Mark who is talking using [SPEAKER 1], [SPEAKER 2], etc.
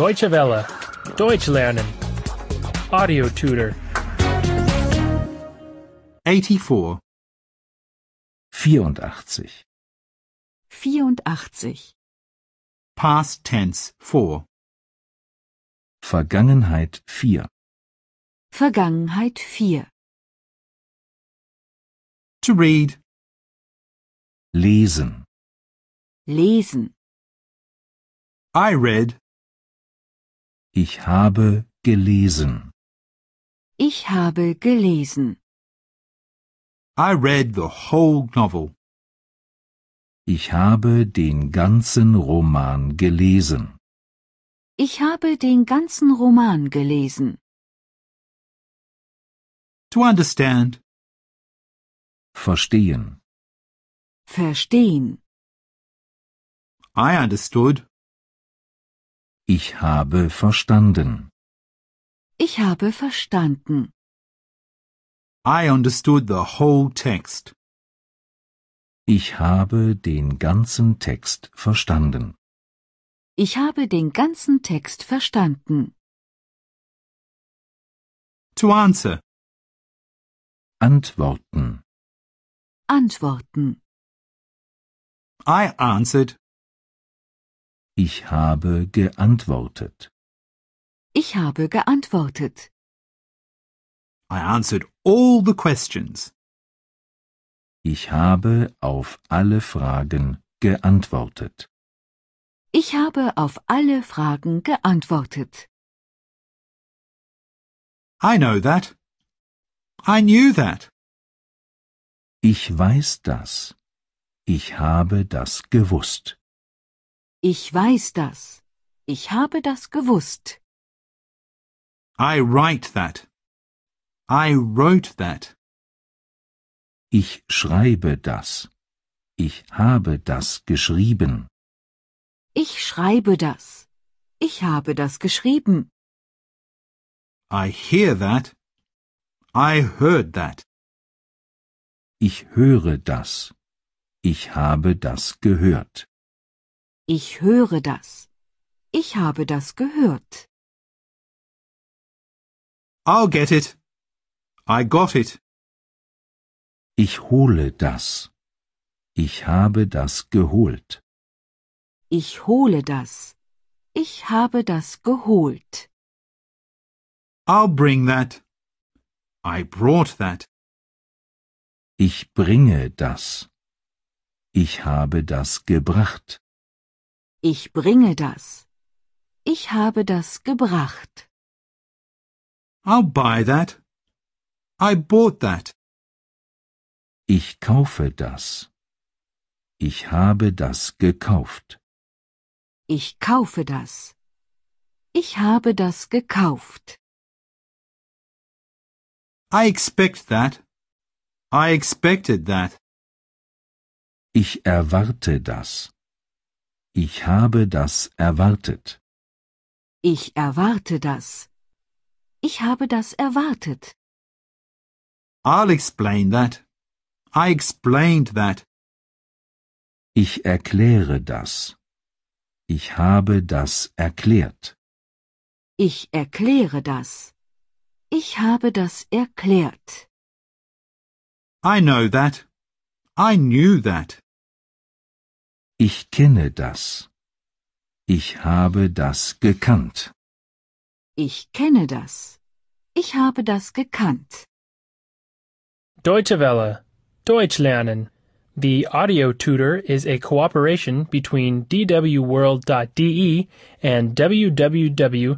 [SPEAKER 1] Deutsche Welle. Deutsch lernen. Audio tutor.
[SPEAKER 2] 84.
[SPEAKER 3] 84.
[SPEAKER 4] 84.
[SPEAKER 2] Past tense 4.
[SPEAKER 3] Vergangenheit 4.
[SPEAKER 4] Vergangenheit 4.
[SPEAKER 2] To read.
[SPEAKER 3] Lesen.
[SPEAKER 4] Lesen.
[SPEAKER 2] I read.
[SPEAKER 3] Ich habe gelesen.
[SPEAKER 4] Ich habe gelesen.
[SPEAKER 2] I read the whole novel.
[SPEAKER 3] Ich habe den ganzen Roman gelesen.
[SPEAKER 4] Ich habe den ganzen Roman gelesen.
[SPEAKER 2] To understand.
[SPEAKER 3] Verstehen.
[SPEAKER 4] Verstehen.
[SPEAKER 2] I understood.
[SPEAKER 3] Ich habe verstanden.
[SPEAKER 4] Ich habe verstanden.
[SPEAKER 2] I understood the whole text.
[SPEAKER 3] Ich habe den ganzen Text verstanden.
[SPEAKER 4] Ich habe den ganzen Text verstanden.
[SPEAKER 2] To answer.
[SPEAKER 3] Antworten.
[SPEAKER 4] Antworten.
[SPEAKER 2] I answered.
[SPEAKER 3] Ich habe geantwortet.
[SPEAKER 4] Ich habe geantwortet.
[SPEAKER 2] I answered all the questions.
[SPEAKER 3] Ich habe auf alle Fragen geantwortet.
[SPEAKER 4] Ich habe auf alle Fragen geantwortet.
[SPEAKER 2] I know that. I knew that.
[SPEAKER 3] Ich weiß das. Ich habe das gewusst.
[SPEAKER 4] Ich weiß das. Ich habe das gewusst.
[SPEAKER 2] I write that. I wrote that.
[SPEAKER 3] Ich schreibe das. Ich habe das geschrieben.
[SPEAKER 4] Ich schreibe das. Ich habe das geschrieben.
[SPEAKER 2] I hear that. I heard that.
[SPEAKER 3] Ich höre das. Ich habe das gehört.
[SPEAKER 4] Ich höre das. Ich habe das gehört.
[SPEAKER 2] I'll get it. I got it.
[SPEAKER 3] Ich hole das. Ich habe das geholt.
[SPEAKER 4] Ich hole das. Ich habe das geholt.
[SPEAKER 2] I'll bring that. I brought that.
[SPEAKER 3] Ich bringe das. Ich habe das gebracht.
[SPEAKER 4] Ich bringe das. Ich habe das gebracht.
[SPEAKER 2] I'll buy that. I bought that.
[SPEAKER 3] Ich kaufe das. Ich habe das gekauft.
[SPEAKER 4] Ich kaufe das. Ich habe das gekauft.
[SPEAKER 2] I expect that. I expected that.
[SPEAKER 3] Ich erwarte das. Ich habe das erwartet.
[SPEAKER 4] Ich erwarte das. Ich habe das erwartet.
[SPEAKER 2] I'll explain that. I explained that.
[SPEAKER 3] Ich erkläre das. Ich habe das erklärt.
[SPEAKER 4] Ich erkläre das. Ich habe das erklärt.
[SPEAKER 2] I know that. I knew that.
[SPEAKER 3] Ich kenne das. Ich habe das gekannt.
[SPEAKER 4] Ich kenne das. Ich habe das gekannt.
[SPEAKER 1] Deutsche Welle. Deutsch lernen. The audio tutor is a cooperation between E dwworld.de and www.book2.de.